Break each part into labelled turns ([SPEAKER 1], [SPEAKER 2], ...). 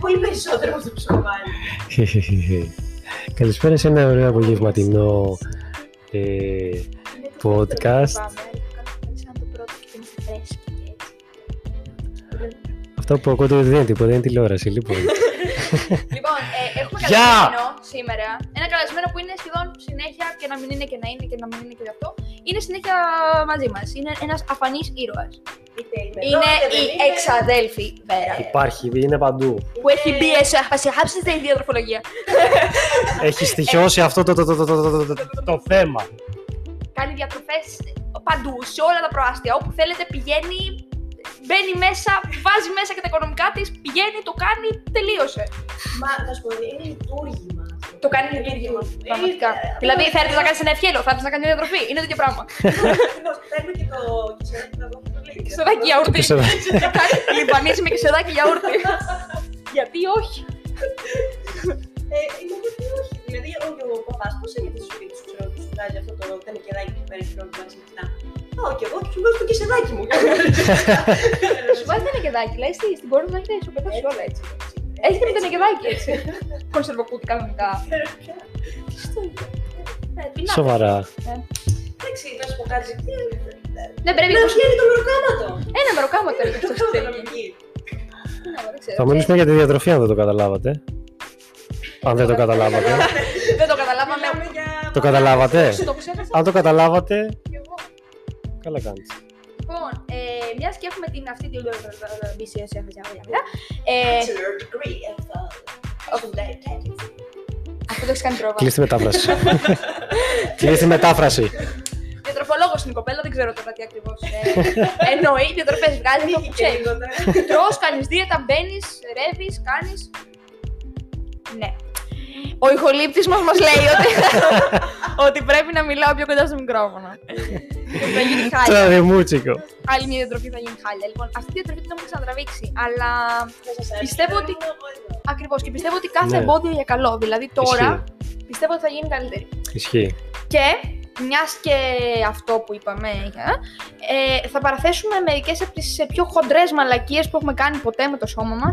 [SPEAKER 1] πολύ περισσότερο από αυτό που σου βάλει.
[SPEAKER 2] Καλησπέρα σε ένα ωραίο απογευματινό ε,
[SPEAKER 3] Είναι το
[SPEAKER 2] Podcast.
[SPEAKER 3] δεύτερο που πάμε, καθώς ήταν το πρώτο και είναι φρέσκο και έτσι.
[SPEAKER 2] αυτό που ακούτε δεν είναι τίποτα, είναι τηλεόραση. Λοιπόν,
[SPEAKER 3] Λοιπόν, ε, έχουμε
[SPEAKER 2] Γεια!
[SPEAKER 3] καλεσμένο σήμερα. Ένα καλεσμένο που είναι σχεδόν συνέχεια και να μην είναι και να είναι και να μην είναι και αυτό. Είναι συνέχεια μαζί μας. Είναι ένας αφανής ήρωας.
[SPEAKER 1] Είτε είμαι εδώ,
[SPEAKER 3] Είναι
[SPEAKER 1] είτε
[SPEAKER 3] η
[SPEAKER 1] δεν είμαι.
[SPEAKER 3] εξαδέλφη Βέρα.
[SPEAKER 2] υπάρχει, είναι παντού.
[SPEAKER 3] Που έχει μπει σε απασχάψη η διατροφολογία.
[SPEAKER 2] Έχει στοιχειώσει αυτό το, το, το, το, το, το, το- το- το θέμα.
[SPEAKER 3] Κάνει διατροφές παντού, σε όλα τα προάστια. Όπου θέλετε πηγαίνει, μπαίνει μέσα, βάζει μέσα και τα οικονομικά της, πηγαίνει, το κάνει, τελείωσε.
[SPEAKER 1] Μα θα σου πω, είναι λειτουργήμα. αυτό.
[SPEAKER 3] Το κάνει
[SPEAKER 1] Είναι
[SPEAKER 3] λειτουργήμα.
[SPEAKER 1] λειτουργήμα.
[SPEAKER 3] Πραγματικά.
[SPEAKER 1] Ε,
[SPEAKER 3] Δηλαδή,
[SPEAKER 1] ε,
[SPEAKER 3] θα έρθεις να
[SPEAKER 1] ε,
[SPEAKER 3] κάνεις ένα ευχέλιο, θα έρθεις να κάνεις μια διατροφή. Είναι το ίδιο πράγμα.
[SPEAKER 1] Ακριβώς, Παίρνω και το κυσεράκι να δω πώς το λέει.
[SPEAKER 3] Ξεδάκι γιαούρτι.
[SPEAKER 2] Και σε-
[SPEAKER 3] Κάτι λιμπανίζει με ξεδάκι γιαούρτι. Γιατί όχι.
[SPEAKER 1] Ε, Νομίζω ότι όχι. Δηλαδή, ο, ο παπάς πώς έρχεται στο σπίτι σου, ξέρω, και σου βγάζει αυτό το τενεκεδάκι που παίρνει χρόνο να ξυπνά. Πάω κι εγώ και σου βάζω το κεσεδάκι μου.
[SPEAKER 3] Σου βάζει ένα κεδάκι, λες στην πόρτα να έχεις σου πετάξει όλα έτσι.
[SPEAKER 1] Έχει
[SPEAKER 3] Έρχεται με ένα κεδάκι έτσι. Κονσερβοκούτι κανονικά. Τι στο είπε. Ε, πεινά.
[SPEAKER 2] Σοβαρά.
[SPEAKER 1] Εντάξει, να σου πω κάτι.
[SPEAKER 3] Δεν πρέπει
[SPEAKER 1] Να
[SPEAKER 3] να
[SPEAKER 1] βγαίνει το μεροκάματο.
[SPEAKER 3] Ένα μεροκάμα το
[SPEAKER 1] Το
[SPEAKER 3] έλεγε.
[SPEAKER 1] κάματο να μην βγει.
[SPEAKER 2] Θα μιλήσουμε για τη διατροφή αν δεν το καταλάβατε. Αν δεν το καταλάβατε.
[SPEAKER 3] Δεν το καταλάβαμε.
[SPEAKER 1] Μιλάμε για-
[SPEAKER 2] Το καταλάβατε.
[SPEAKER 3] Το ξέχασα.
[SPEAKER 2] Αν το καταλάβατε,
[SPEAKER 3] κι εγώ.
[SPEAKER 2] καλά κάνετε.
[SPEAKER 3] Λοιπόν, μιας και έχουμε την αυτή την. BCS, έχουμε Ε,
[SPEAKER 1] Bachelor degree of, uh, of dietetics.
[SPEAKER 3] Αυτό το έχει κάνει πρόβα.
[SPEAKER 2] Κλείστε τη μετάφραση. Κλείστε τη μετάφραση.
[SPEAKER 3] Διατροφολόγος είναι η κοπέλα, δεν ξέρω τώρα τι ακριβώς εννοεί. Διατροφέ βγάζει αυτό που
[SPEAKER 1] Ανοίγει και
[SPEAKER 3] ξέρει.
[SPEAKER 1] λίγο τώρα.
[SPEAKER 3] Τρώ, κάνεις δίαιτα, μπαίνεις, ρεύεις, κάνεις. Ναι. Ο ηχολήπτη μα μα λέει ότι, ότι πρέπει να μιλάω πιο κοντά στο μικρόφωνο. θα γίνει χάλια.
[SPEAKER 2] Τραβημούτσικο.
[SPEAKER 3] Άλλη μια διατροφή θα γίνει χάλια. Λοιπόν, αυτή η διατροφή την έχουμε ξανατραβήξει. Αλλά
[SPEAKER 1] Δεν σας άρεσε.
[SPEAKER 3] Πιστεύω ότι-
[SPEAKER 1] Εγώ εδώ.
[SPEAKER 3] ακριβώς και πιστεύω ότι κάθε
[SPEAKER 2] Ναι.
[SPEAKER 3] εμπόδιο είναι καλό. Δηλαδή τώρα πιστεύω ότι θα γίνει καλύτερη.
[SPEAKER 2] Ισχύει.
[SPEAKER 3] Και μιας και αυτό που είπαμε, για, ε, θα παραθέσουμε μερικές από τις πιο χοντρές μαλακίες που έχουμε κάνει ποτέ με το σώμα μας.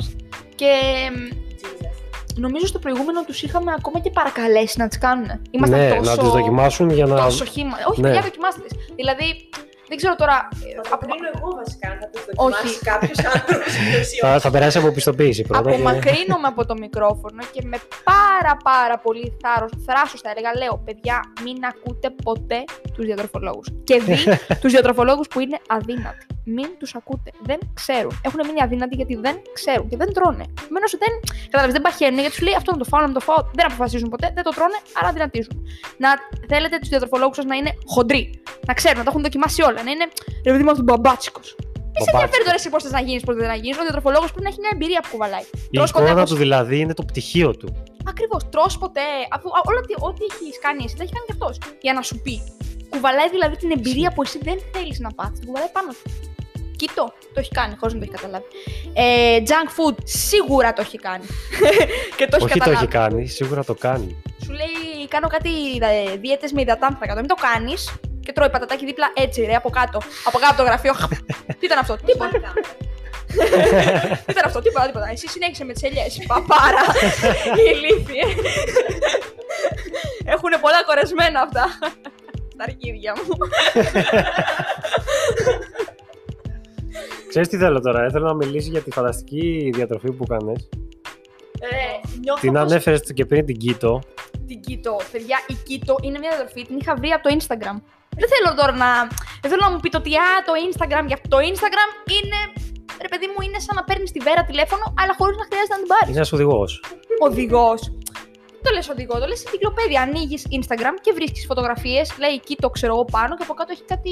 [SPEAKER 3] Και μ,
[SPEAKER 1] Jesus.
[SPEAKER 3] νομίζω στο προηγούμενο τους είχαμε ακόμα και παρακαλέσει να τις κάνουν. Ήμασταν
[SPEAKER 2] Ναι,
[SPEAKER 3] τόσο,
[SPEAKER 2] να τους δοκιμάσουν για να.
[SPEAKER 3] τόσο χύμα. Όχι,
[SPEAKER 2] Ναι.
[SPEAKER 3] παιδιά, δοκιμάστε τις. Δηλαδή, δεν ξέρω τώρα. ε,
[SPEAKER 1] Θα το
[SPEAKER 3] απο-
[SPEAKER 1] κρίνω εγώ βασικά, αν θα το
[SPEAKER 3] Όχι.
[SPEAKER 1] δοκιμάσει κάποιος άνθρωπος εκτός ή
[SPEAKER 2] Θα,
[SPEAKER 1] όχι.
[SPEAKER 2] θα περάσει από πιστοποίηση πρώτα. και-
[SPEAKER 3] Απομακρύνομαι από το μικρόφωνο και με πάρα πάρα πολύ θάρρος, θράσος θα έλεγα, λέω παιδιά μην ακούτε ποτέ τους διατροφολόγους και δι τους διατροφολόγους που είναι αδύνατοι. Μην τους ακούτε. Δεν ξέρουν. Έχουν μείνει αδύνατοι γιατί δεν ξέρουν και δεν τρώνε. Μένω ότι δεν, καταλαβαίνεις, δεν παχαίνουν γιατί σου λέει αυτό να το φάω, να μην το φάω. Δεν αποφασίζουν ποτέ, δεν το τρώνε, άρα αδυνατίζουν. Να θέλετε τους διατροφολόγους σας να είναι χοντροί. Να ξέρουν, να τα έχουν δοκιμάσει όλα. Να είναι ρε παιδί μου αυτός μπαμπάτσικος. Μη σε
[SPEAKER 2] Μπαμπάτσικος.
[SPEAKER 3] ενδιαφέρει τώρα εσύ πώς θες να γίνεις, πώς δεν να γίνεις. Ο διατροφολόγος πρέπει να έχει μια εμπειρία που κουβαλάει.
[SPEAKER 2] Η
[SPEAKER 3] Τρως
[SPEAKER 2] εικόνα
[SPEAKER 3] κοντά
[SPEAKER 2] του δηλαδή είναι το πτυχίο του.
[SPEAKER 3] Ακριβώς. Τρώ ποτέ. Αφού, α, όλα τι- ό,τι έχεις κάνει εσύ, τα έχεις κάνει και αυτός. Για να σου πει. Κουβαλάει δηλαδή την εμπειρία που εσύ δεν θέλεις να πάθεις. Την κουβαλάει πάνω σου. Κοίτο, το έχει κάνει, χωρίς να το έχει καταλάβει. Ε, junk food σίγουρα το έχει κάνει. και το έχει
[SPEAKER 2] Όχι το
[SPEAKER 3] καταλάβει.
[SPEAKER 2] έχει κάνει, σίγουρα το κάνει.
[SPEAKER 3] Σου λέει, κάνω κάτι δίαιτες με υδατάνθρακα. Το Μην το κάνεις και τρώει πατατάκι δίπλα έτσι, ρε, από κάτω. Από κάτω από το γραφείο. τι ήταν αυτό, τίποτα.
[SPEAKER 1] Μαλάκα.
[SPEAKER 3] Δεν ήταν αυτό, τίποτα, τίποτα. Εσύ συνέχισε με τις ελιές. Παπάρα. Ηλίθιε. Έχουν πολλά κορεσμένα αυτά. Τα αρχίδια μου.
[SPEAKER 2] Ξέρεις τι θέλω τώρα, ε? θέλω να μιλήσει για τη φανταστική διατροφή που κάνεις.
[SPEAKER 3] Ε, νιώθω
[SPEAKER 2] Την
[SPEAKER 3] πως
[SPEAKER 2] ανέφερες και πριν την Κίτο.
[SPEAKER 3] την Κίτο. Παιδιά, η Κίτο είναι μια διατροφή, την είχα βρει από το Instagram. Δεν θέλω τώρα να. Δεν θέλω να μου πείτε ότι α, το Instagram. Για το Instagram είναι. Ρε παιδί μου, είναι σαν να παίρνεις τη βέρα τηλέφωνο, αλλά χωρίς να χρειάζεται να την πάρεις.
[SPEAKER 2] Είναι ένας οδηγός.
[SPEAKER 3] οδηγός. Το λες οδηγό, το λες εγκυκλοπαίδεια. Ανοίγεις Instagram και βρίσκεις φωτογραφίες. Λέει εκεί το ξέρω εγώ πάνω και από κάτω έχει κάτι.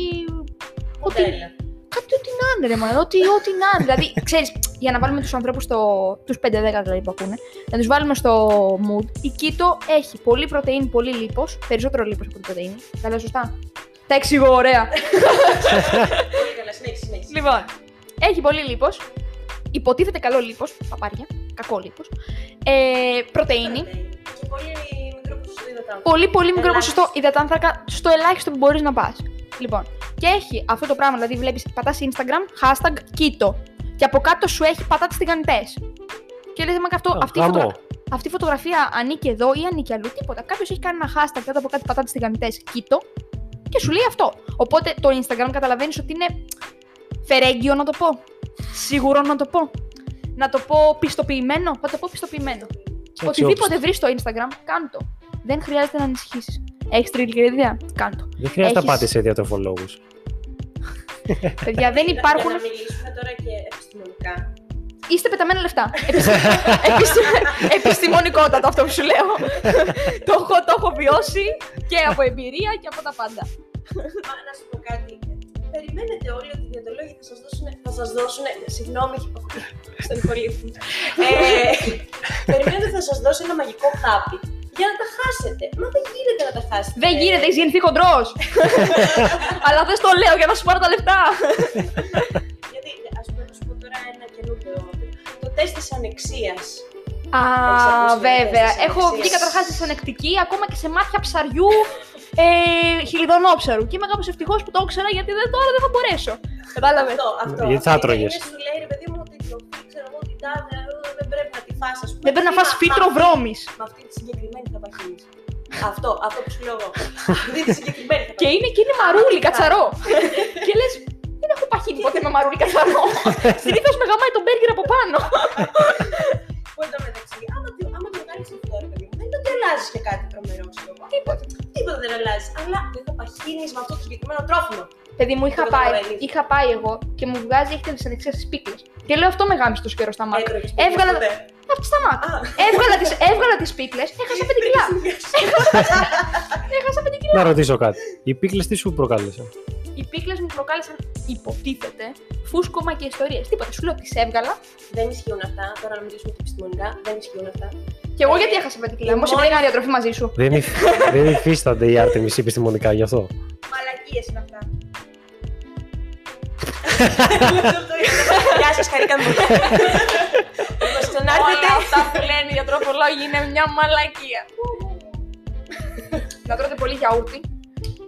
[SPEAKER 3] Ό,τι,
[SPEAKER 1] Τέλεια.
[SPEAKER 3] κάτι ό,τι να είναι, ρε μάλλον. Ό,τι, ό,τι να είναι. δηλαδή, ξέρεις, για να βάλουμε τους ανθρώπους στο. τους 5-10 δηλαδή που ακούνε, να τους βάλουμε στο mood. Η Κίτο έχει πολύ πρωτενη, πολύ λίπος. Περισσότερο λίπος από την πρωτενη. Τα λέω σωστά. Τα εξηγώ, ωραία.
[SPEAKER 1] Πολύ καλά, συνέχισε, συνέχισε.
[SPEAKER 3] Λοιπόν, έχει πολύ λίπος. Υποτίθεται καλό λίπος. Παπάρια. Κακό λίπος. Ε, πρωτενη.
[SPEAKER 1] Και πολύ μικρό ποσοστό υδατάνθρακα.
[SPEAKER 3] πολύ πολύ μικρό
[SPEAKER 1] Ελάχιστο.
[SPEAKER 3] ποσοστό υδατάνθρακα στο ελάχιστο που μπορείς να πας. Λοιπόν, και έχει αυτό το πράγμα, δηλαδή βλέπεις, πατάς Instagram, hashtag κοίτο. Και από κάτω σου έχει πατάτες τηγανιτές. Και λε, μα αυτό,
[SPEAKER 2] Α,
[SPEAKER 3] αυτή, η
[SPEAKER 2] γαμό.
[SPEAKER 3] φωτογραφία, αυτή η φωτογραφία ανήκει εδώ ή ανήκει αλλού. Τίποτα. Κάποιος έχει κάνει ένα hashtag κάτω από κάτι πατάτες τηγανιτές. Κοίτο. Και σου λέει αυτό. Οπότε το Instagram καταλαβαίνεις ότι είναι φερέγγιο να το πω. Σίγουρο να το πω. Να το πω πιστοποιημένο. Θα το πω πιστοποιημένο.
[SPEAKER 2] Έτσι,
[SPEAKER 3] Οτιδήποτε βρεις στο Instagram, κάντο. Δεν χρειάζεται να ανησυχήσει. Έχει τρελή ιδέα. Κάντο.
[SPEAKER 2] Δεν χρειάζεται να
[SPEAKER 3] έχεις-
[SPEAKER 2] πάτε σε διατροφολόγου.
[SPEAKER 3] Παιδιά, δεν υπάρχουν.
[SPEAKER 1] Για να μιλήσουμε τώρα και επιστημονικά.
[SPEAKER 3] Είστε πεταμένα λεφτά. Επιστημ- επιστημ- Επιστημονικότατο αυτό που σου λέω. το, έχω, το έχω βιώσει και από εμπειρία και από τα πάντα.
[SPEAKER 1] Μα να σου πω κάτι. Περιμένετε όλοι ότι οι διατολόγοι θα σας δώσουν. Θα σας δώσουν συγγνώμη, έχει υποκτήσει. Στον υπολείπτη. ε, περιμένετε ότι θα σας δώσει ένα μαγικό χάπι για να τα χάσετε. Μα δεν γίνεται να τα χάσετε.
[SPEAKER 3] Δεν γίνεται, έχεις γεννηθεί χοντρός. Αλλά δεν στο λέω για να σου πάρω τα λεφτά.
[SPEAKER 1] Γιατί, ας πούμε, να σου πω τώρα ένα καινούριο. Το τεστ της ανεξίας.
[SPEAKER 3] Α,
[SPEAKER 1] Έχεις ακούσει
[SPEAKER 3] βέβαια.
[SPEAKER 1] όλες τις
[SPEAKER 3] Έχω βγει
[SPEAKER 1] ανεξίες.
[SPEAKER 3] καταρχά στη σανεκτική, ακόμα και σε μάτια ψαριού ε, χιλιδονόψαρου. Και είμαι κάπως ευτυχώς που το ήξερα γιατί δεν, τώρα δεν θα μπορέσω. Κατάλαβες.
[SPEAKER 1] Αυτό, αυτό.
[SPEAKER 2] Γιατί θα
[SPEAKER 1] Αυτό
[SPEAKER 2] τρώγες.
[SPEAKER 1] είναι, Σου λέει ρε παιδί μου ότι το ξέρω εγώ την τάδε, ε, δεν πρέπει να τη φάσει. ας πούμε.
[SPEAKER 3] Δεν πρέπει να
[SPEAKER 1] Τι
[SPEAKER 3] φας
[SPEAKER 1] μα-
[SPEAKER 3] φύτρο
[SPEAKER 1] μα-
[SPEAKER 3] βρώμης.
[SPEAKER 1] Με αυτή τη συγκεκριμένη θα παχύνεις. αυτό, αυτό που σου λέω εγώ. Αυτή τη συγκεκριμένη θα
[SPEAKER 3] Και
[SPEAKER 1] παχύνεις.
[SPEAKER 3] είναι και είναι μαρούλι, κατσαρό. και λες, δεν έχω παχύνει ποτέ με μαρούλι κατσαρό. Συνήθως με γαμάει τον μπέργκερ από πάνω.
[SPEAKER 1] Που εν τω μεταξύ, άμα, το- άμα το κάνεις αυτό, ρε παιδί μου, δεν είναι ότι αλλάζεις και κάτι τρομερό σου. Τίποτα. Τίποτα δεν αλλάζει. Αλλά δεν θα παχύνεις με αυτό το συγκεκριμένο τρόφιμο.
[SPEAKER 3] Παιδί μου, είχα
[SPEAKER 1] Το
[SPEAKER 3] πάει,
[SPEAKER 1] καταλαβαίνεις.
[SPEAKER 3] είχα πάει εγώ και μου βγάζει έχετε δυσανεξία στι πίκλε. Και λέω αυτό με γάμισε τόσο καιρό στα μάτια.
[SPEAKER 1] Έτρωγες
[SPEAKER 3] Έβγαλα-
[SPEAKER 1] ποτέ.
[SPEAKER 3] Αυτή στα μάτια.
[SPEAKER 1] Α,
[SPEAKER 3] Έβγαλα τις, έβγαλα τις πίκλες, έχασα 5 κιλά. έχασα 5 κιλά.
[SPEAKER 2] Να ρωτήσω κάτι. Οι πίκλες τι σου προκάλεσαν.
[SPEAKER 3] Οι πίκλες μου προκάλεσαν, υποτίθεται, φούσκωμα και ιστορίες. Τίποτα, σου λέω τις έβγαλα
[SPEAKER 1] Δεν ισχύουν αυτά. Τώρα να μιλήσουμε και επιστημονικά. Δεν ισχύουν αυτά.
[SPEAKER 3] και εγώ γιατί έχασα 5 κιλά. Μόλις
[SPEAKER 1] Ε. μόνη-
[SPEAKER 3] έκανε διατροφή μαζί σου.
[SPEAKER 2] δεν, υφ... δεν υφίστανται οι Άρτεμις επιστημονικά γι' αυτό.
[SPEAKER 1] Μαλακίες είναι αυτά. Γεια σας, χαρήκαμε πολύ. Να ξανάρθετε.
[SPEAKER 3] Όλα αυτά που λένε οι διατροφολόγοι είναι μια μαλακία. Να τρώτε πολύ γιαούρτι.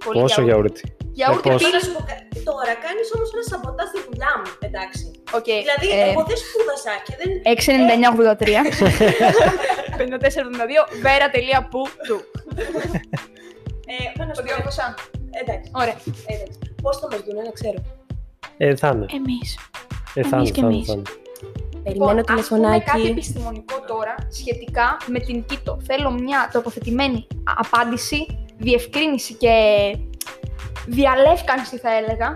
[SPEAKER 3] Πολύ
[SPEAKER 2] Πόσο γιαούρτι.
[SPEAKER 3] Γιαούρτι
[SPEAKER 2] Ε,
[SPEAKER 3] πόσο.
[SPEAKER 2] πόσο.
[SPEAKER 1] Τώρα, σου πω κα- τώρα κάνεις όμως ένα σαμποτάζ στη δουλειά μου, εντάξει.
[SPEAKER 3] Οκ.
[SPEAKER 1] δηλαδή,
[SPEAKER 3] ε,
[SPEAKER 1] εγώ δεν σπούδασα και δεν.
[SPEAKER 3] 6,99,83 54,72 βέρα.που του.
[SPEAKER 1] Ε, πάνω
[SPEAKER 3] Το
[SPEAKER 1] στο
[SPEAKER 3] διόρθωσα.
[SPEAKER 1] Εντάξει,
[SPEAKER 3] Ωραία.
[SPEAKER 1] εντάξει. Πώς θα μα δουν, να ξέρω.
[SPEAKER 2] Ε, θα είναι.
[SPEAKER 3] Εμείς.
[SPEAKER 2] Ε, θα είναι,
[SPEAKER 3] Εμείς και
[SPEAKER 2] θα είναι,
[SPEAKER 3] εμείς.
[SPEAKER 2] θα είναι.
[SPEAKER 1] Περιμένω
[SPEAKER 3] Λοιπόν, ας πούμε κάτι
[SPEAKER 1] τηλεφωνάκι.
[SPEAKER 3] επιστημονικό τώρα σχετικά με την Κίτο. Θέλω μια τοποθετημένη α- απάντηση, διευκρίνηση και διαλεύκανση θα έλεγα.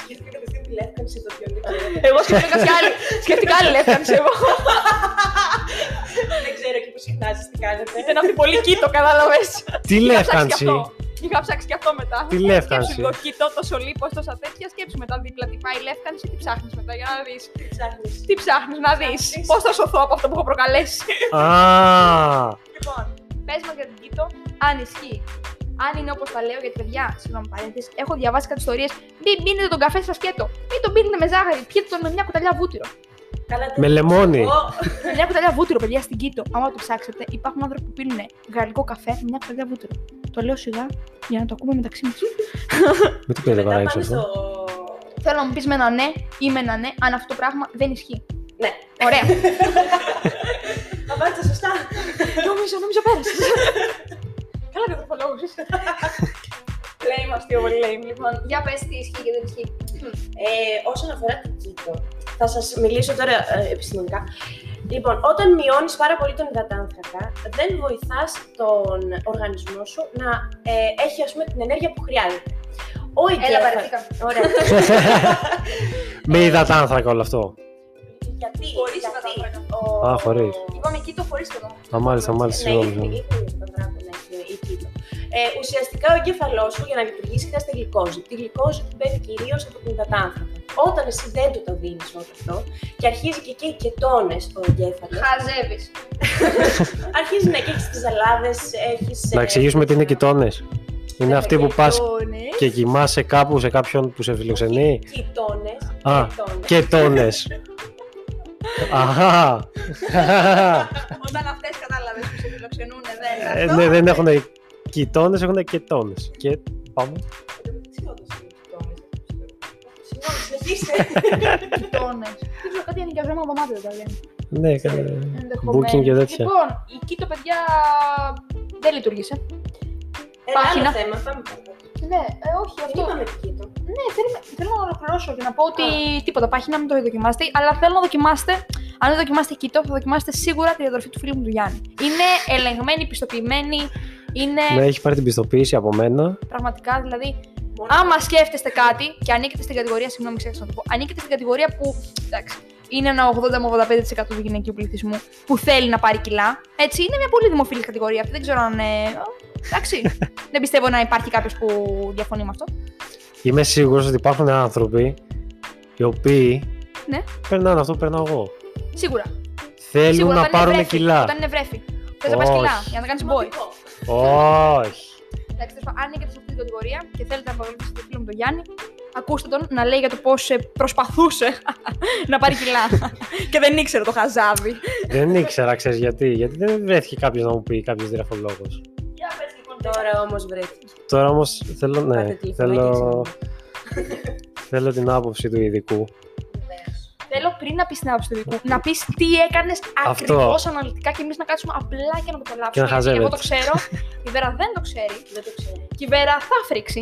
[SPEAKER 1] Σκέφτηκα αυτή τη λεύκανση το διόνυκο.
[SPEAKER 3] Εγώ σκέφτηκα κάποια άλλη. Σκέφτηκα άλλη λεύκανση εγώ.
[SPEAKER 1] Δεν ξέρω εκεί που συχνάζεις τι κάνετε.
[SPEAKER 3] Ήταν αυτή πολύ Κίτο, κατάλαβες.
[SPEAKER 2] Τι
[SPEAKER 3] Είχα
[SPEAKER 2] λεύκανση.
[SPEAKER 3] ψάξει κι αυτό. Είχα ψάξει και αυτό μετά.
[SPEAKER 2] Τι λεύκανση.
[SPEAKER 3] Σκέψου το κοίτο, το σολίπο, τόσα τέτοια. Σκέψου μετά δίπλα τι πάει η λεύκανση, τι ψάχνεις μετά για να δεις.
[SPEAKER 1] Ψάχνεις.
[SPEAKER 3] Τι ψάχνεις να δεις.
[SPEAKER 1] Ψάχνεις.
[SPEAKER 3] Πώς θα σωθώ από αυτό που έχω προκαλέσει.
[SPEAKER 2] Α,
[SPEAKER 1] Λοιπόν,
[SPEAKER 3] Πες μας για την κοίτο, αν ισχύει. Αν είναι όπως τα λέω, γιατί παιδιά, συγγνώμη παρένθεση, έχω διαβάσει κάτι ιστορίες. Μην πίνετε τον καφέ σας σκέτο. Μην τον πίνετε με ζάχαρη. Πιείτε τον με μια κουταλιά βούτυρο.
[SPEAKER 1] καλά τα
[SPEAKER 2] με
[SPEAKER 1] είπα.
[SPEAKER 2] λεμόνι.
[SPEAKER 1] Εγώ-
[SPEAKER 3] με μια κουταλιά βούτυρο, παιδιά, στην κοίτο. Άμα το ψάξετε, υπάρχουν άνθρωποι που πίνουν γαλλικό καφέ με μια κουταλιά βούτυρο. Το λέω σιγά για να το ακούμε μεταξύ μας.
[SPEAKER 2] Μην το πήρε
[SPEAKER 1] μετά
[SPEAKER 2] παρά έξω
[SPEAKER 1] πάμε
[SPEAKER 2] αυτό.
[SPEAKER 1] στο-
[SPEAKER 3] Θέλω να μου πεις με ένα ναι ή με ένα ναι, αν αυτό το πράγμα δεν ισχύει.
[SPEAKER 1] Ναι.
[SPEAKER 3] Ωραία.
[SPEAKER 1] Απάντησα σωστά.
[SPEAKER 3] νόμιζα, νόμιζα πέρασε. Καλά διατροφολόγο είσαι.
[SPEAKER 1] Λέει μας τι overlay, λοιπόν.
[SPEAKER 3] Για πες τι ισχύει και δεν ισχύει.
[SPEAKER 1] Ε, όσον αφορά την κήτο, θα σας μιλήσω τώρα ε, επιστημονικά. Λοιπόν, όταν μειώνεις πάρα πολύ τον υδατάνθρακα, δεν βοηθάς τον οργανισμό σου να ε, έχει ας πούμε, την ενέργεια που χρειάζεται. Ο
[SPEAKER 3] Έλα,
[SPEAKER 1] εγκέφαλος-
[SPEAKER 3] παρεθήκα.
[SPEAKER 1] Ωραία.
[SPEAKER 2] με υδατάνθρακα όλο αυτό.
[SPEAKER 1] γιατί.
[SPEAKER 3] Χωρίς
[SPEAKER 1] γιατί
[SPEAKER 3] υδατάνθρακα.
[SPEAKER 1] ο-
[SPEAKER 3] Λοιπόν,
[SPEAKER 2] Α, χωρίς.
[SPEAKER 3] Εγώ είμαι κοίτο χωρίς το νόμο.
[SPEAKER 2] Α, μάλιστα, μάλιστα,
[SPEAKER 1] Ναι,
[SPEAKER 2] συγγνώμη.
[SPEAKER 1] είναι-
[SPEAKER 2] συγγνώμη.
[SPEAKER 1] είναι το βράδυ να έχει η κήτο. Ε, ουσιαστικά ο εγκέφαλός σου για να λειτουργήσει χρειάζεται γλυκόζη. Τη γλυκόζη την παίρνει κυρίως από τον υδατάνθρακα. Όταν εσύ δεν του το δίνεις όλο αυτό και αρχίζει και καίει κετώνε ο εγκέφαλο,
[SPEAKER 3] Χαζεύεις.
[SPEAKER 1] αρχίζει να καίει τις ζαλάδες, έχεις.
[SPEAKER 2] Να εξηγήσουμε τι είναι κοιτώνε. Είναι αυτοί που πας και κοιμάσαι κάπου σε κάποιον που σε φιλοξενεί.
[SPEAKER 1] Κοιτώνε.
[SPEAKER 2] ε, ναι. Α, Κετώνε. Αχά.
[SPEAKER 3] Όταν αυτές κατάλαβες που σε φιλοξενούν,
[SPEAKER 2] Ε, ναι, δεν έχουν κοιτώνε, έχουν κετώνε. Και πάμε.
[SPEAKER 1] Συγγνώμη, συνέχισε. Είσαι.
[SPEAKER 3] Κοιτώνε. Δεν ξέρω, κάτι ενοικιαζόμενο δωμάτιο τα λένε.
[SPEAKER 2] Ναι,
[SPEAKER 3] Ξέρω,
[SPEAKER 2] κάνε.
[SPEAKER 3] ενδεχομένως.
[SPEAKER 2] Booking και τέτοια.
[SPEAKER 3] Λοιπόν, εκεί το παιδιά δεν λειτουργήσε.
[SPEAKER 1] Ένα άλλο
[SPEAKER 3] Πάχυνα.
[SPEAKER 1] θέμα, πάμε παρακάτω.
[SPEAKER 3] Ναι, ε, όχι,
[SPEAKER 1] Δεν
[SPEAKER 3] αυτό.
[SPEAKER 1] είπαμε τι ήταν.
[SPEAKER 3] Ναι, θέλουμε, θέλω να ολοκληρώσω και να πω ότι τίποτα πάχει να μην το δοκιμάσετε, αλλά θέλω να δοκιμάσετε. Αν δεν δοκιμάσετε κήτο, θα δοκιμάσετε σίγουρα τη διατροφή του φίλου μου του Γιάννη. Είναι ελεγμένη, πιστοποιημένη, είναι
[SPEAKER 2] Ναι, έχει πάρει την πιστοποίηση από μένα.
[SPEAKER 3] πραγματικά δηλαδή.
[SPEAKER 1] Μόνο-
[SPEAKER 3] Άμα σκέφτεστε κάτι και ανήκετε στην κατηγορία, συγγνώμη, ξέχασα να το πω, ανήκετε στην κατηγορία που εντάξει, είναι ένα 80 με 85% του γυναικείου πληθυσμού που θέλει να πάρει κιλά. Έτσι, είναι μια πολύ δημοφιλή κατηγορία αυτή. Δεν ξέρω αν. ε, εντάξει. δεν πιστεύω να υπάρχει κάποιος που διαφωνεί με αυτό.
[SPEAKER 2] Είμαι σίγουρος ότι υπάρχουν άνθρωποι οι οποίοι
[SPEAKER 3] Ναι.
[SPEAKER 2] περνάνε αυτό που περνάω εγώ.
[SPEAKER 3] Σίγουρα.
[SPEAKER 2] Θέλουν
[SPEAKER 3] Σίγουρα,
[SPEAKER 2] να
[SPEAKER 3] όταν είναι
[SPEAKER 2] πάρουν
[SPEAKER 3] βρέφη,
[SPEAKER 2] κιλά.
[SPEAKER 3] Όταν είναι βρέφη. Θες να πας
[SPEAKER 2] Όχι.
[SPEAKER 3] κιλά για να κάνεις boy.
[SPEAKER 1] Σημαντικό.
[SPEAKER 2] Όχι.
[SPEAKER 3] Εντάξει, τέλος πάντων, αν είναι και σε αυτή την κατηγορία και θέλετε να παρακολουθήσετε το φίλο μου τον Γιάννη, ακούστε τον να λέει για το πώς προσπαθούσε να πάρει κιλά. και δεν ήξερε το χαζάβι.
[SPEAKER 2] δεν ήξερα, ξέρεις γιατί. Γιατί δεν βρέθηκε κάποιος να μου πει, κάποιος διραφολόγος.
[SPEAKER 3] Για πες λοιπόν
[SPEAKER 1] Τώρα όμως βρέθηκες.
[SPEAKER 2] Τώρα όμως θέλω, ναι,
[SPEAKER 1] Πάτε τηλεφωνάκι,
[SPEAKER 2] θέλω,
[SPEAKER 1] ξέρω.
[SPEAKER 2] θέλω την άποψη του ειδικού.
[SPEAKER 3] Θέλω πριν να πεις την άποψη του ειδικού, να πεις τι έκανες ακριβώς αναλυτικά και εμείς να κάτσουμε απλά και να το
[SPEAKER 2] Και να
[SPEAKER 3] απολαύσουμε. Γιατί
[SPEAKER 2] χαζεύεται.
[SPEAKER 3] εγώ το ξέρω, η Βέρα δεν το ξέρει.
[SPEAKER 1] Δεν το ξέρω.
[SPEAKER 3] Η Βέρα θα φρίξει.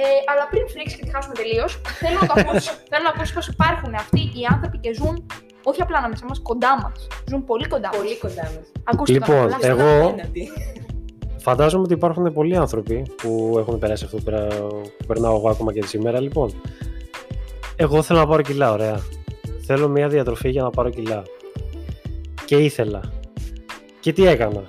[SPEAKER 3] Ε, αλλά πριν φρίξει και τη χάσουμε τελείως, θέλω να το ακούσω. θέλω να ακούσω πώς υπάρχουν αυτοί οι άνθρωποι και ζουν όχι απλά ανάμεσα μας, κοντά μας. Ζουν πολύ κοντά μας.
[SPEAKER 1] Πολύ κοντά μας.
[SPEAKER 3] Ακούστε το,
[SPEAKER 2] Λοιπόν,
[SPEAKER 3] απολαύστε το.
[SPEAKER 2] εγώ Φαντάζομαι ότι υπάρχουν πολλοί άνθρωποι που έχουν περάσει αυτό που, περα- που περνάω εγώ ακόμα και σήμερα. Λοιπόν, εγώ θέλω να πάρω κιλά, ωραία. Θέλω μια διατροφή για να πάρω κιλά. Και ήθελα. Και τι έκανα.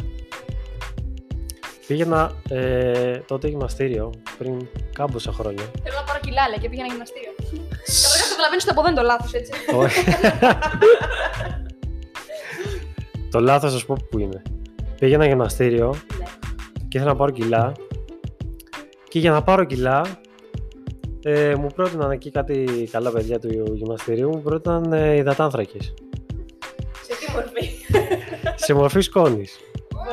[SPEAKER 2] Πήγαινα ε, τότε γυμναστήριο πριν κάμποσα χρόνια.
[SPEAKER 3] Θέλω να πάρω κιλά, λέει, και πήγαινα γυμναστήριο. Τώρα καταλαβαίνει ότι από δεν το λάθος, έτσι.
[SPEAKER 2] Όχι. Το λάθος θα σου πω που είναι. Πήγαινα γυμναστήριο
[SPEAKER 1] Ναι.
[SPEAKER 2] και ήθελα να πάρω κιλά. Και για να πάρω κιλά, ε, μου πρότειναν εκεί κάτι καλά παιδιά του γυμναστηρίου, μου πρότειναν ε, υδατάνθρακες.
[SPEAKER 1] Σε τι μορφή.
[SPEAKER 2] σε μορφή σκόνης.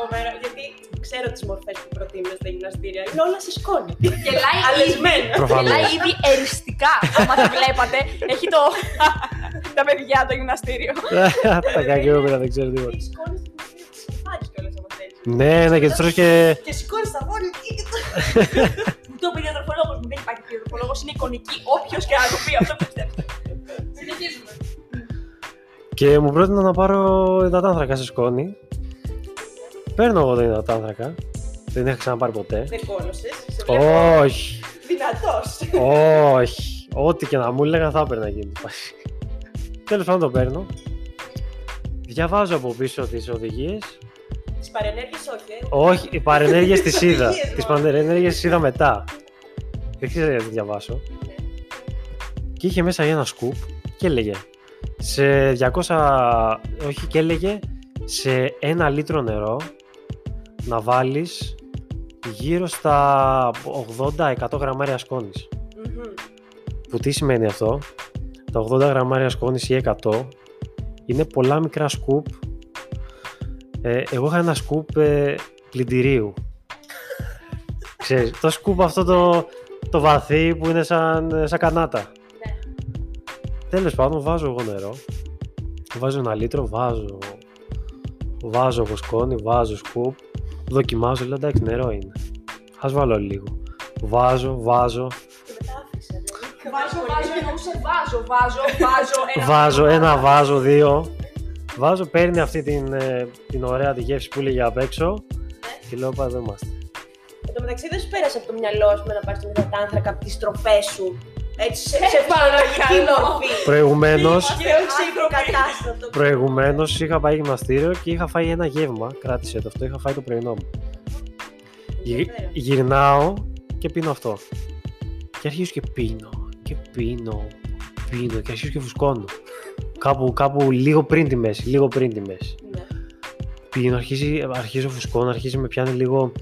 [SPEAKER 1] Φοβερό, γιατί ξέρω τις μορφές που προτείνουν στα γυμναστήρια. Είναι όλα σε σκόνη.
[SPEAKER 3] Γελάει ήδη.
[SPEAKER 1] Αλεσμένα.
[SPEAKER 2] Προφανώς.
[SPEAKER 3] Γελάει ήδη εριστικά. Άμα το βλέπατε, έχει το. τα παιδιά το γυμναστήριο.
[SPEAKER 2] Τα κακιόπερα δεν ξέρω τίποτα.
[SPEAKER 1] Τι σκόνη στην ουσία τη συμφάρει κιόλα άμα θέλει.
[SPEAKER 2] Ναι, ναι, και τους τρως και...
[SPEAKER 1] Και σηκώνει τα πόδια και και το.
[SPEAKER 3] Μου το είπε διατροφολόγο μου. Δεν υπάρχει διατροφολόγο, είναι εικονική. Όποιος και να το πει, αυτό πιστεύει. Συνεχίζουμε.
[SPEAKER 2] Και μου πρότειναν να πάρω υδατάνθρακα σε σκόνη. Παίρνω εγώ τον υδατάνθρακα. Δεν είχα ξαναπάρει ποτέ.
[SPEAKER 1] Δεν κόλωσες. Σε βλέπω
[SPEAKER 2] Όχι,
[SPEAKER 1] δυνατός.
[SPEAKER 2] όχι. Ό,τι και να μου έλεγαν θα έπαιρνα εκείνη τη φάση. Τέλος πάντων το παίρνω. Διαβάζω από πίσω τις οδηγίες.
[SPEAKER 1] Τις παρενέργειες, όχι. ε.
[SPEAKER 2] Όχι, οι παρενέργειες τις είδα.
[SPEAKER 1] Οδηγίες
[SPEAKER 2] τι
[SPEAKER 1] μόνο.
[SPEAKER 2] παρενέργειες τις είδα μετά. Δεν ξέρω γιατί διαβάσω. Και είχε μέσα ένα σκουπ και έλεγε σε 200. Όχι, και έλεγε σε ένα λίτρο νερό να βάλεις γύρω στα 80-100 γραμμάρια σκόνης.
[SPEAKER 1] Μμμ.
[SPEAKER 2] Που τι σημαίνει αυτό, τα 80 γραμμάρια σκόνης ή 100 είναι πολλά μικρά σκουπ. Ε, εγώ είχα ένα σκουπ ε, πλυντηρίου. Ξέρεις, το σκουπ αυτό το, το βαθύ που είναι σαν, ε, σαν κανάτα.
[SPEAKER 1] Ναι.
[SPEAKER 2] Τέλος πάντων βάζω εγώ νερό, βάζω ένα λίτρο, βάζω, βάζω εγώ σκόνη, βάζω σκουπ, δοκιμάζω, λέω εντάξει νερό είναι, ας βάλω λίγο. Βάζω, βάζω,
[SPEAKER 1] Και μετά άφησα. δηλαδή.
[SPEAKER 3] Βάζω, βάζω, εννοούσε βάζω, βάζω, βάζω.
[SPEAKER 2] Βάζω ένα, βάζω δύο. Βάζω, παίρνει αυτή την, ε, την ωραία τη γεύση που έλεγε απ' έξω. Και λέω, πάμε εδώ είμαστε.
[SPEAKER 1] Εν τω μεταξύ δεν σου πέρασε από το μυαλό σου με να πάρεις τον υδατάνθρακα από τις τροφέ σου. Έτσι, σε, σε παραγωγική
[SPEAKER 3] Ε, παρακαλώ.
[SPEAKER 1] μορφή.
[SPEAKER 2] Προηγουμένως,
[SPEAKER 1] Και όχι σε υγροκατάστατο.
[SPEAKER 2] προηγουμένως είχα πάει γυμναστήριο και είχα φάει ένα γεύμα. Κράτησε το αυτό, είχα φάει το πρωινό μου. Γυ-
[SPEAKER 1] Ενδιαφέρον.
[SPEAKER 2] γυρνάω και πίνω αυτό. Και αρχίζω και πίνω και πίνω, πίνω και αρχίζω και φουσκώνω. Κάπου, κάπου λίγο πριν τη μέση, λίγο πριν τη μέση.
[SPEAKER 1] Ναι.
[SPEAKER 2] πίνω, αρχίζει, αρχίζω φουσκώνω, αρχίζει με πιάνει λίγο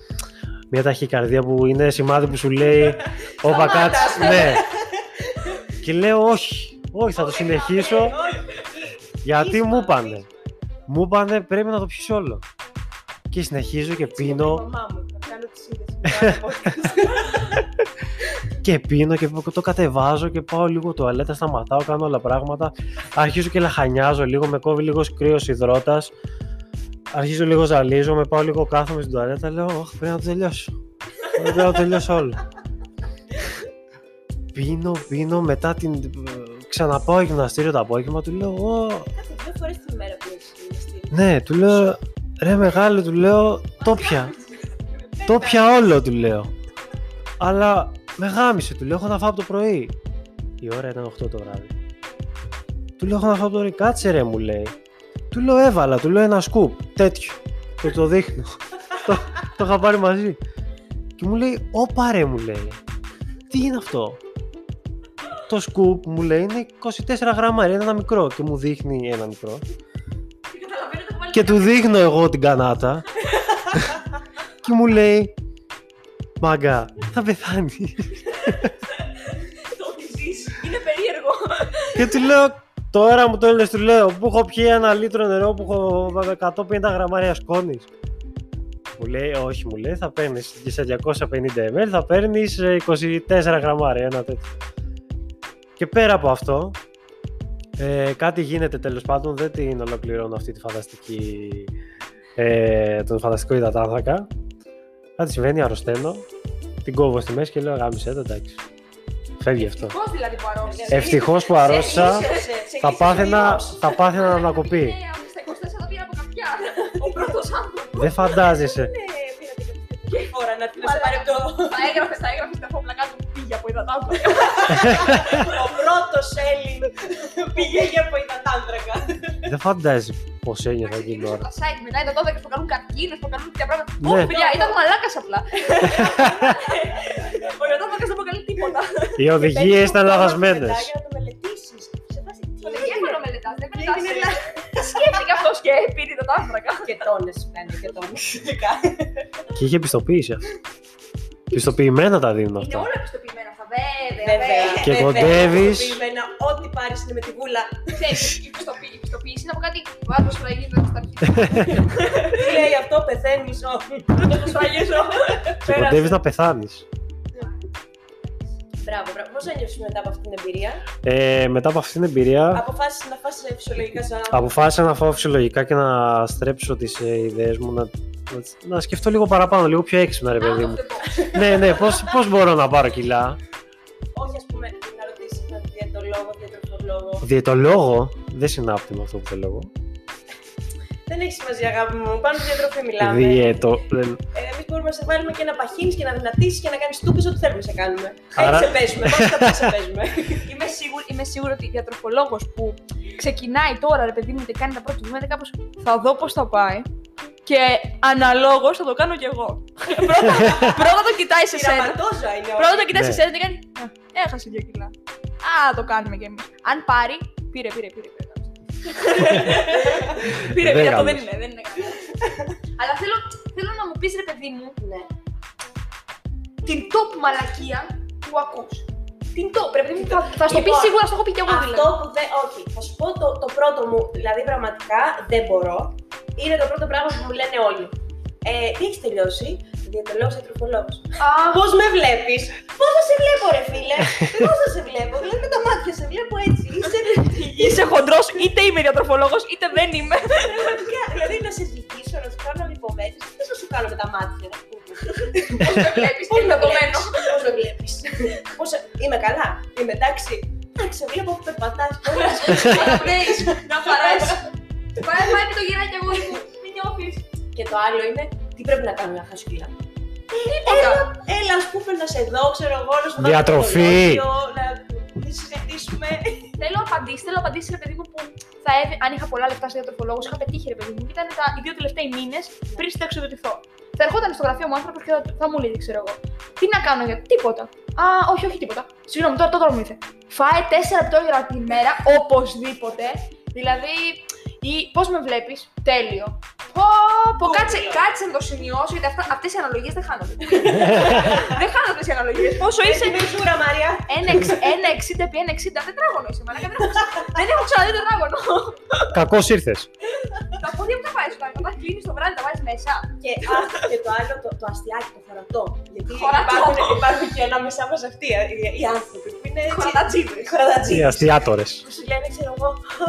[SPEAKER 2] μια ταχυκαρδία που είναι σημάδι που σου λέει «Όπα κάτσε, ναι. και λέω όχι, όχι θα το συνεχίσω γιατί μου πάνε. Μου πάνε πρέπει να το πιεις όλο. Και συνεχίζω και
[SPEAKER 1] Έτσι μου είπε η
[SPEAKER 2] πίνω
[SPEAKER 1] μαμά μου, θα κάνω τη σύνδεση με το άλλο podcast.
[SPEAKER 2] και πίνω και το κατεβάζω και πάω λίγο τουαλέτα, σταματάω, κάνω όλα πράγματα. Αρχίζω και λαχανιάζω λίγο, με κόβει λίγο κρύος υδρότας. Αρχίζω λίγο ζαλίζω, με πάω λίγο κάθομαι στην τουαλέτα, λέω «Ωχ, πρέπει να το τελειώσω. πρέπει να το τελειώσω όλο. πίνω, πίνω, μετά την... Ξαναπάω γυμναστήριο το απόγευμα, του λέω «Ω,
[SPEAKER 1] Κάθε δύο φορές τη μέρα που έχεις γυμναστήριο.
[SPEAKER 2] ναι, του λέω ρε μεγάλο, του λέω το πια. Το πια όλο, του λέω. Αλλά με γάμισε, του λέω έχω να φάω από το πρωί. Η ώρα ήταν 8 το βράδυ. Του λέω έχω να φάω από το πρωί, κάτσε ρε μου λέει. Του λέω έβαλα, του λέω ένα σκουπ, τέτοιο. Και το δείχνω. το, το είχα πάρει μαζί. Και μου λέει, όπα ρε μου λέει. Τι είναι αυτό. Το σκουπ μου λέει είναι 24 γραμμάρια, είναι ένα μικρό. Και μου δείχνει ένα μικρό.
[SPEAKER 1] Και καταλαβαίνω το πάλι.
[SPEAKER 2] Και του δείχνω εγώ την κανάτα. και μου λέει. Μάγκα, θα πεθάνεις.
[SPEAKER 1] Το ότι ζεις είναι περίεργο.
[SPEAKER 2] και του λέω. Τώρα μου το έλεγε, του λέω. Που έχω πιει ένα λίτρο νερό που έχω 150 γραμμάρια σκόνης. Μου λέει, όχι, μου λέει, θα παίρνεις και σε 250 ml, θα παίρνεις 24 γραμμάρια, ένα τέτοιο. Και πέρα από αυτό, ε, κάτι γίνεται τέλος πάντων, δεν την ολοκληρώνω αυτή τη φανταστική. Ε, τον φανταστικό υδατάνθρακα. Κάτι συμβαίνει, αρρωσταίνω. Την κόβω στη μέση και λέω, γάμισε, το, εντάξει. Φεύγει αυτό. Ε,
[SPEAKER 3] Πώς δηλαδή που αρρώστησε.
[SPEAKER 2] Ευτυχώς που αρρώστησα, θα πάθαινα, θα πάθαινα ανακοπή.
[SPEAKER 3] Ναι, από στα 24 το πήρα από κάποια. Ο πρώτος άνθρωπος.
[SPEAKER 2] Δεν φαντάζεσαι.
[SPEAKER 1] Και η φορά να την πάρει από το.
[SPEAKER 3] Τα έγραφες, τα έγραφες, τα έχω πλακάτω που πήγε από υδατάνθρακα.
[SPEAKER 1] Ο πρώτος Έλλην πήγε για ποϊτατάνθρακα.
[SPEAKER 2] Δεν φαντάζεσαι πώς ένιωθα
[SPEAKER 3] Θα
[SPEAKER 2] εκείνη την
[SPEAKER 3] ξεκινήσω
[SPEAKER 2] ώρα.
[SPEAKER 3] τα site μετά ήταν 12 που κάνουν καρκίνε, που κάνουν τέτοια πράγματα.
[SPEAKER 2] Ναι.
[SPEAKER 3] Όχι, παιδιά, ήταν μαλάκας απλά.
[SPEAKER 1] Ο Ιωτάνθρακα δεν αποκαλεί τίποτα.
[SPEAKER 2] Οι οδηγίε ήταν λαγασμένε.
[SPEAKER 1] Για να το μελετήσεις. Σε φάση τι
[SPEAKER 3] Το λέγει,
[SPEAKER 1] είναι.
[SPEAKER 3] «Έφανο μελετάς, δεν
[SPEAKER 1] Λέει,
[SPEAKER 3] μελετάς».
[SPEAKER 1] είναι λα-
[SPEAKER 3] Σκέφτηκα αυτό και πήρε τα τάνθρακα.
[SPEAKER 1] Και τόνες φαίνεται και τόνες. Φυσικά.
[SPEAKER 2] Και είχε πιστοποίηση αυτό. Πιστοποιημένα τα δίνουν
[SPEAKER 3] Είναι
[SPEAKER 2] αυτά.
[SPEAKER 3] όλα πιστοποιημένα αυτά, βέβαια.
[SPEAKER 1] Βέβαια.
[SPEAKER 2] Και
[SPEAKER 1] βέβαια,
[SPEAKER 2] κοντεύεις.
[SPEAKER 1] κοντεύμενα, Ό,τι πάρεις είναι με τη βούλα.
[SPEAKER 3] Ξέρεις, η πιστοποίηση, η πιστοποίηση είναι από κάτι που άντρος φραγίζεται στα αρχή.
[SPEAKER 1] Τι λέει αυτό, πεθαίνεις. Το σφαγίζω.
[SPEAKER 2] Και
[SPEAKER 1] Πέρασε.
[SPEAKER 2] κοντεύεις να πεθάνεις.
[SPEAKER 1] Μπράβο, μπράβο. Πώς ένιωσε μετά από αυτή την εμπειρία,
[SPEAKER 2] Ε, μετά από αυτή την εμπειρία,
[SPEAKER 1] Αποφάσισες να φάσει φυσιολογικά σαν άνθρωπο.
[SPEAKER 2] αποφάσισα να φάω φυσιολογικά και να στρέψω τις ιδέες μου, να, να- να σκεφτώ λίγο παραπάνω, λίγο πιο έξυπνα, ρε
[SPEAKER 3] Out
[SPEAKER 2] παιδί
[SPEAKER 3] of
[SPEAKER 2] μου.
[SPEAKER 3] the box.
[SPEAKER 2] ναι, ναι, πώς, πώς μπορώ να πάρω κιλά.
[SPEAKER 1] Όχι, ας πούμε, να ρωτήσεις έναν διαιτολόγο, διατροφολόγο.
[SPEAKER 2] Διαιτολόγο, δεν συνάπτει με αυτό που θέλω εγώ.
[SPEAKER 1] Δεν έχεις σημασία, αγάπη μου. Πάνω στη διατροφή μιλάμε.
[SPEAKER 2] Διαιτο... δεν-
[SPEAKER 1] Εμεί Ε, μπορούμε να σε βάλουμε και να παχύνεις και να δυνατήσεις και να κάνεις τούπε ό,τι θέλουμε να σε κάνουμε.
[SPEAKER 2] Άρα-
[SPEAKER 1] Άρα... σε παίζουμε. Πάμε στα σε παίζουμε.
[SPEAKER 3] Είμαι σίγουρη, είμαι σίγουρη ότι διατροφολόγο που ξεκινάει τώρα, ρε παιδί μου, και κάνει τα πρώτα βήματα, κάπως θα δω πώς θα πάει. Και αναλόγως θα το κάνω κι εγώ. πρώτα, πρώτα το κοιτάει σε σένα.
[SPEAKER 1] Πειραματόζα είναι όλα.
[SPEAKER 3] Πρώτα το κοιτάει
[SPEAKER 2] Ναι.
[SPEAKER 3] σε σένα και κάνει. «Α, Έχασε δύο κιλά. Α, το κάνουμε κι εμείς. Αν πάρει, πήρε, πήρε, πήρε. πήρε. πήρε,
[SPEAKER 2] Ε, Δεν
[SPEAKER 3] πήρε, αυτό
[SPEAKER 2] κάνεις.
[SPEAKER 3] δεν είναι, δεν είναι κανένα. Αλλά θέλω, θέλω να μου πεις ρε παιδί μου
[SPEAKER 1] Ναι.
[SPEAKER 3] την top μαλακία που ακούς. Την top, ρε παιδί μου, θα, θα στο πει
[SPEAKER 1] Λοιπόν,
[SPEAKER 3] σίγουρα, στο έχω πει κι εγώ δηλαδή.
[SPEAKER 1] Αυτό που δεν. Όχι, θα σου πω το, το πρώτο μου, δηλαδή πραγματικά δεν μπορώ. Είναι το πρώτο πράγμα που μου λένε όλοι. Ε, τι έχεις τελειώσει, διατολόγο διατροφολόγο.
[SPEAKER 3] Αχ,
[SPEAKER 1] Πώς με βλέπεις, Πώς θα σε βλέπω, ρε φίλε. Πώς θα σε βλέπω, δηλαδή με τα μάτια σε βλέπω έτσι. Είσαι
[SPEAKER 3] Είσαι χοντρός, είτε είμαι διατροφολόγο, είτε δεν είμαι.
[SPEAKER 1] πραγματικά. Δηλαδή να σε ζητήσω, να σου κάνω λιπομέτρηση, τι θα σου κάνω με τα μάτια, να πούμε. Πώς με βλέπεις, Πώς με βλέπεις. Πώς... Είμαι καλά. Είμαι εντάξει. Εντάξει, σε βλέπω που περπατάς. Όλα
[SPEAKER 3] Παραπέεις, να παρέσει. Πάει με το γυράκι αγόρι μου, μην νιώθεις.
[SPEAKER 1] Και το άλλο είναι, τι πρέπει να κάνω για να χάσω κιλά. Έλα, ας πούμε, να σε δω, ξέρω εγώ, να σου βάλω
[SPEAKER 2] Διατροφή.
[SPEAKER 1] το ρολόγιο, Να συζητήσουμε.
[SPEAKER 3] Θέλω απαντήσει, θέλω απαντήσει ρε παιδί μου που θα έδι- αν είχα πολλά λεφτά σε διατροφολόγο, είχα πετύχει ρε παιδί μου. Ήταν τα οι δύο τελευταίοι μήνες πριν συνταξιδοτηθώ. Θα ερχόταν στο γραφείο μου άνθρωπος και θα, θα μου λέει, ξέρω εγώ. Τι να κάνω για τίποτα. Α, όχι, όχι τίποτα. Συγγνώμη, τώρα, τώρα μου ήρθε. Φάε 4 πτώγερα την ημέρα, οπωσδήποτε. Δηλαδή, ή πώς με βλέπεις, τέλειο. Πω, πω, κάτσε, κάτσε να το σημειώσω, γιατί αυτές οι αναλογίες δεν χάνονται. δεν χάνονται οι αναλογίες. Πόσο
[SPEAKER 1] Είσαι
[SPEAKER 3] είσαι
[SPEAKER 1] με ζούρα, Μαρία.
[SPEAKER 3] 1,60 επί 1,60 τετράγωνο είσαι, μαλάκα. Δεν έχω ξα- Δεν έχω ξαναδεί τετράγωνο.
[SPEAKER 2] Κακώ ήρθες.
[SPEAKER 3] Τα πόδια που τα βάζεις, μαλάκα. Τα κλείνεις το βράδυ, τα βάζεις μέσα.
[SPEAKER 1] Και, α, και το άλλο, το, το αστιάκι, το χωρατό. Γιατί Γιατί
[SPEAKER 4] Χωρά
[SPEAKER 1] υπάρχουν,
[SPEAKER 4] τρόπο.
[SPEAKER 1] υπάρχουν και ανάμεσά μα αυτοί ε, οι- οι άνθρωποι που είναι έτσι.
[SPEAKER 4] Χωρατζίδες.
[SPEAKER 2] Οι
[SPEAKER 1] Χωρατζίδες.
[SPEAKER 2] αστιατόρε.
[SPEAKER 1] Που σου λένε, ξέρω εγώ,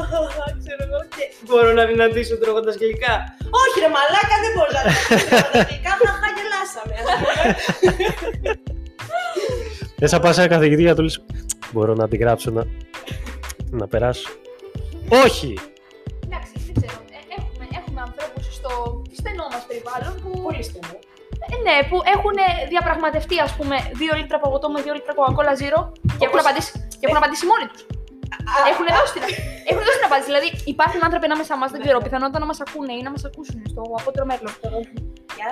[SPEAKER 1] ξέρω εγώ και μπορώ να δυνατήσω τρώγοντας γλυκά. Όχι, ρε μαλάκα, δεν μπορώ να δυνατήσω τρώγοντας γλυκά. Χαχά, γελάσαμε. ας πούμε.
[SPEAKER 2] Δεν θα πας σε ένα καθηγητή για να του λες, Μπορώ να την γράψω να. να περάσω. Όχι!
[SPEAKER 3] Εντάξει, δεν ξέρω. Ε, Έχουμε, έχουμε ανθρώπου στο στενό μα περιβάλλον που,
[SPEAKER 1] Πολύ στενό.
[SPEAKER 3] ε, ναι, που έχουν διαπραγματευτεί, ας πούμε, δύο λίτρα παγωτό με δύο λίτρα κοκακόλα ζύρο και έχουν
[SPEAKER 1] Όπως- Ε.
[SPEAKER 3] απαντήσει, και έχουν απαντήσει μόνοι τους.
[SPEAKER 1] Α,
[SPEAKER 3] Έχουν δώσει την, έχουν δώσει την απάντηση. Δηλαδή, υπάρχουν άνθρωποι ανάμεσα μας, δεν ξέρω, πιθανότητα να μας ακούνε ή να μας ακούσουν στο απότερο μέλλον.
[SPEAKER 1] παιδιά,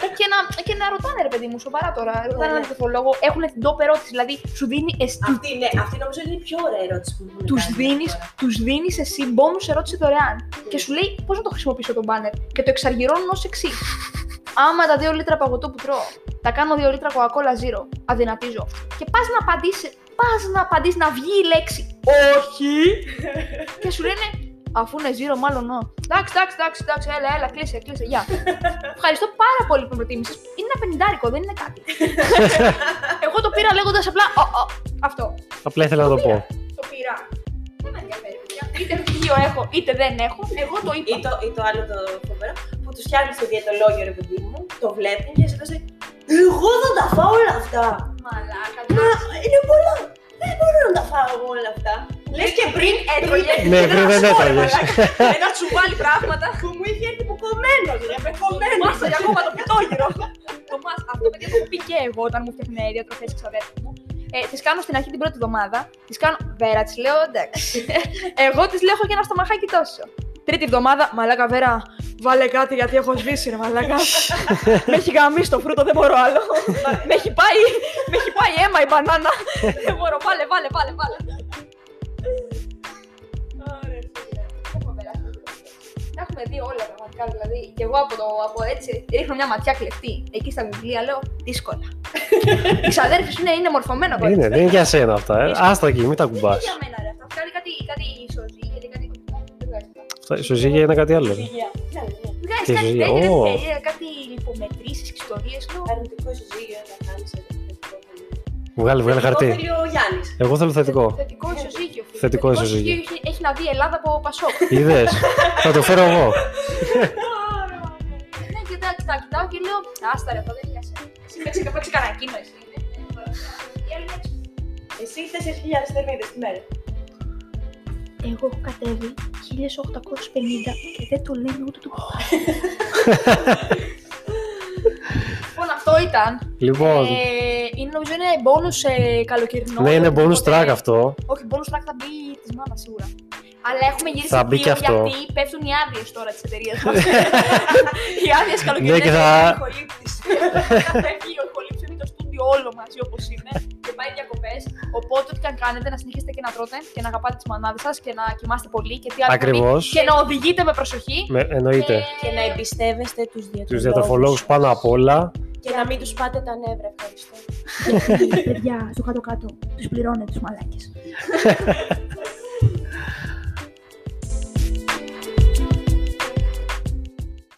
[SPEAKER 3] Ε, και, να, και να ρωτάνε, ρε παιδί μου, σοβαρά τώρα. Ρωτάνε
[SPEAKER 1] ναι.
[SPEAKER 3] έναν τεθολόγο, έχουν την τόπε ερώτηση. Δηλαδή, σου δίνει εσύ.
[SPEAKER 1] Αυτή, ναι, αυτή νομίζω είναι η πιο ωραία ερώτηση που μου έχουν
[SPEAKER 3] Τους
[SPEAKER 1] κάνει
[SPEAKER 3] δίνεις
[SPEAKER 1] τώρα.
[SPEAKER 3] τους δίνεις εσύ bonus ερώτηση δωρεάν. Και σου λέει πώς να το χρησιμοποιήσω το banner. Και το εξαργυρώνουν ως εξής. Άμα τα δύο λίτρα παγωτό που τρώω, τα κάνω δύο λίτρα κοκακόλα ζύρο, αδυνατίζω. Και πας να απαντήσεις, πας να απαντήσεις, να βγει η λέξη. Όχι! και σου λένε, αφού είναι ζύρο, μάλλον όχι. Εντάξει, εντάξει, εντάξει, εντάξει, έλα, έλα, κλείσε, κλείσε, γεια. Ευχαριστώ πάρα πολύ που με προτίμησες. Είναι ένα πενιντάρικο, δεν είναι κάτι. Εγώ το πήρα λέγοντας απλά. «Ω, ω». αυτό.
[SPEAKER 2] Απλά ήθελα να το πω.
[SPEAKER 3] Το πήρα. Δεν με ενδιαφέρει. παιδιά. Είτε πτυχίο έχω, είτε δεν έχω. Εγώ το
[SPEAKER 1] Ή
[SPEAKER 3] είπα.
[SPEAKER 1] το, ή το άλλο το φοβερό που τους φτιάχνεις στο διαιτολόγιο ρε παιδί μου, το βλέπουν και σε λέει Εγώ δεν τα φάω όλα αυτά.
[SPEAKER 3] Μαλάκα.
[SPEAKER 1] Μα είναι πολλά. Δεν μπορώ να τα φάω όλα αυτά. Λες και πριν έτρωγε.
[SPEAKER 2] Ναι, πριν δεν έτρωγε.
[SPEAKER 3] Ένα τσουβάλι πράγματα.
[SPEAKER 1] Που μου είχε δηλαδή, έρθει κομμένο, ρε, με κομμένο.
[SPEAKER 3] Μάσα για ακόμα το πιτόγυρο. Το μάσα. Αυτό παιδιά το έχω πει και εγώ όταν μου φτιάχνουν διατροφέ τη ξαδέρφη μου. Ε, τις κάνω στην αρχή την πρώτη εβδομάδα. Τις κάνω. Βέρα, τη λέω εντάξει. εγώ τη λέω έχω και ένα στομαχάκι τόσο. Τρίτη εβδομάδα, μαλάκα βέρα. Βάλε κάτι γιατί έχω σβήσει, ρε μαλάκα. με έχει γαμίσει το φρούτο, δεν μπορώ άλλο. με, έχει πάει, με έχει πάει αίμα η μπανάνα. δεν μπορώ, βάλε, βάλε, βάλε. βάλε.
[SPEAKER 1] Ωραία, φίλε.
[SPEAKER 3] Έχουμε περάσει. Τα έχουμε δει όλα πραγματικά. Δηλαδή, και εγώ από, το, από έτσι ρίχνω μια ματιά κλεφτή εκεί στα βιβλία, λέω δύσκολα. Οι ξαδέρφε είναι, είναι μορφωμένα
[SPEAKER 2] Είναι, δεν είναι για σένα αυτά. ε.
[SPEAKER 3] Ίσως.
[SPEAKER 2] Άστα εκεί, μην τα
[SPEAKER 3] Δεν
[SPEAKER 2] κουμπά.
[SPEAKER 3] είναι για μένα ρε. Αυτό κάνει κάτι, κάτι ισοζύγια και κάτι. δεν βγάζει τίποτα.
[SPEAKER 2] Ισοζύγια είναι κάτι άλλο.
[SPEAKER 1] Ζυγεία. Ναι, ναι.
[SPEAKER 3] Βγάζει
[SPEAKER 2] Και
[SPEAKER 3] κάτι
[SPEAKER 2] ισοζύγια,
[SPEAKER 3] τέτοιο,
[SPEAKER 2] ω.
[SPEAKER 3] ε, ε, κάτι λιπομετρήσεις και ιστορίε.
[SPEAKER 1] Αρνητικό ισοζύγιο να κάνεις.
[SPEAKER 2] Βγάλε, βγάλε χαρτί.
[SPEAKER 1] θέλει ο Γιάννης.
[SPEAKER 2] Εγώ θέλω θετικό.
[SPEAKER 3] Θετικό ισοζύγιο. φίλε.
[SPEAKER 2] Θετικό ισοζύγιο.
[SPEAKER 3] έχει- Έχει να δει η Ελλάδα από Πασόκ.
[SPEAKER 2] Είδες. Θα το φέρω εγώ.
[SPEAKER 3] Ναι, κοιτά, κοιτά, κοιτάω και λέω, άστα ρε, αυτό δεν είναι για σένα. Εσύ παίξε παίξε κανένα κίνο, εσύ. Ναι, ναι, μπορώ. Η άλλη λέξη,
[SPEAKER 1] Εσύ 4.000 θερμίδε τη μέρα.
[SPEAKER 3] Εγώ έχω κατέβει 1850 και δεν το λέμε ούτε το κουμπάρι. λοιπόν, αυτό ήταν.
[SPEAKER 2] Λοιπόν,
[SPEAKER 3] Ε, είναι, νομίζω είναι bonus ε, καλοκαιρινό.
[SPEAKER 2] ναι, είναι bonus
[SPEAKER 3] Οπότε-
[SPEAKER 2] track αυτό.
[SPEAKER 3] Όχι, bonus track θα μπει της μάνα σίγουρα. Αλλά έχουμε γυρίσει
[SPEAKER 2] Θα μπει
[SPEAKER 3] δύο
[SPEAKER 2] και αυτό.
[SPEAKER 3] γιατί πέφτουν οι άδειες τώρα της εταιρείας μας. οι άδειες
[SPEAKER 2] Ναι,
[SPEAKER 3] καλοκαιρινές
[SPEAKER 2] και θα-
[SPEAKER 3] Φεύγει ο ηχολήπτη, είναι το στούντιο όλο μαζί όπως είναι και πάει διακοπές. Οπότε, ό,τι και αν κάνετε, να συνεχίσετε και να τρώτε και να αγαπάτε τις μανάδες σας και να κοιμάστε πολύ και τι άλλο να μην.
[SPEAKER 2] Ακριβώς.
[SPEAKER 3] Και να οδηγείτε με προσοχή.
[SPEAKER 2] Με, εννοείται.
[SPEAKER 3] Ε,
[SPEAKER 1] Και να εμπιστεύεστε τους διατροφολόγου.
[SPEAKER 2] Τους διατροφολόγους πάνω απ' όλα.
[SPEAKER 1] Και να μην τους πάτε τα νεύρα, ευχαριστώ.
[SPEAKER 3] παιδιά, στο κάτω-κάτω, τους πληρώνετε τους μαλάκες.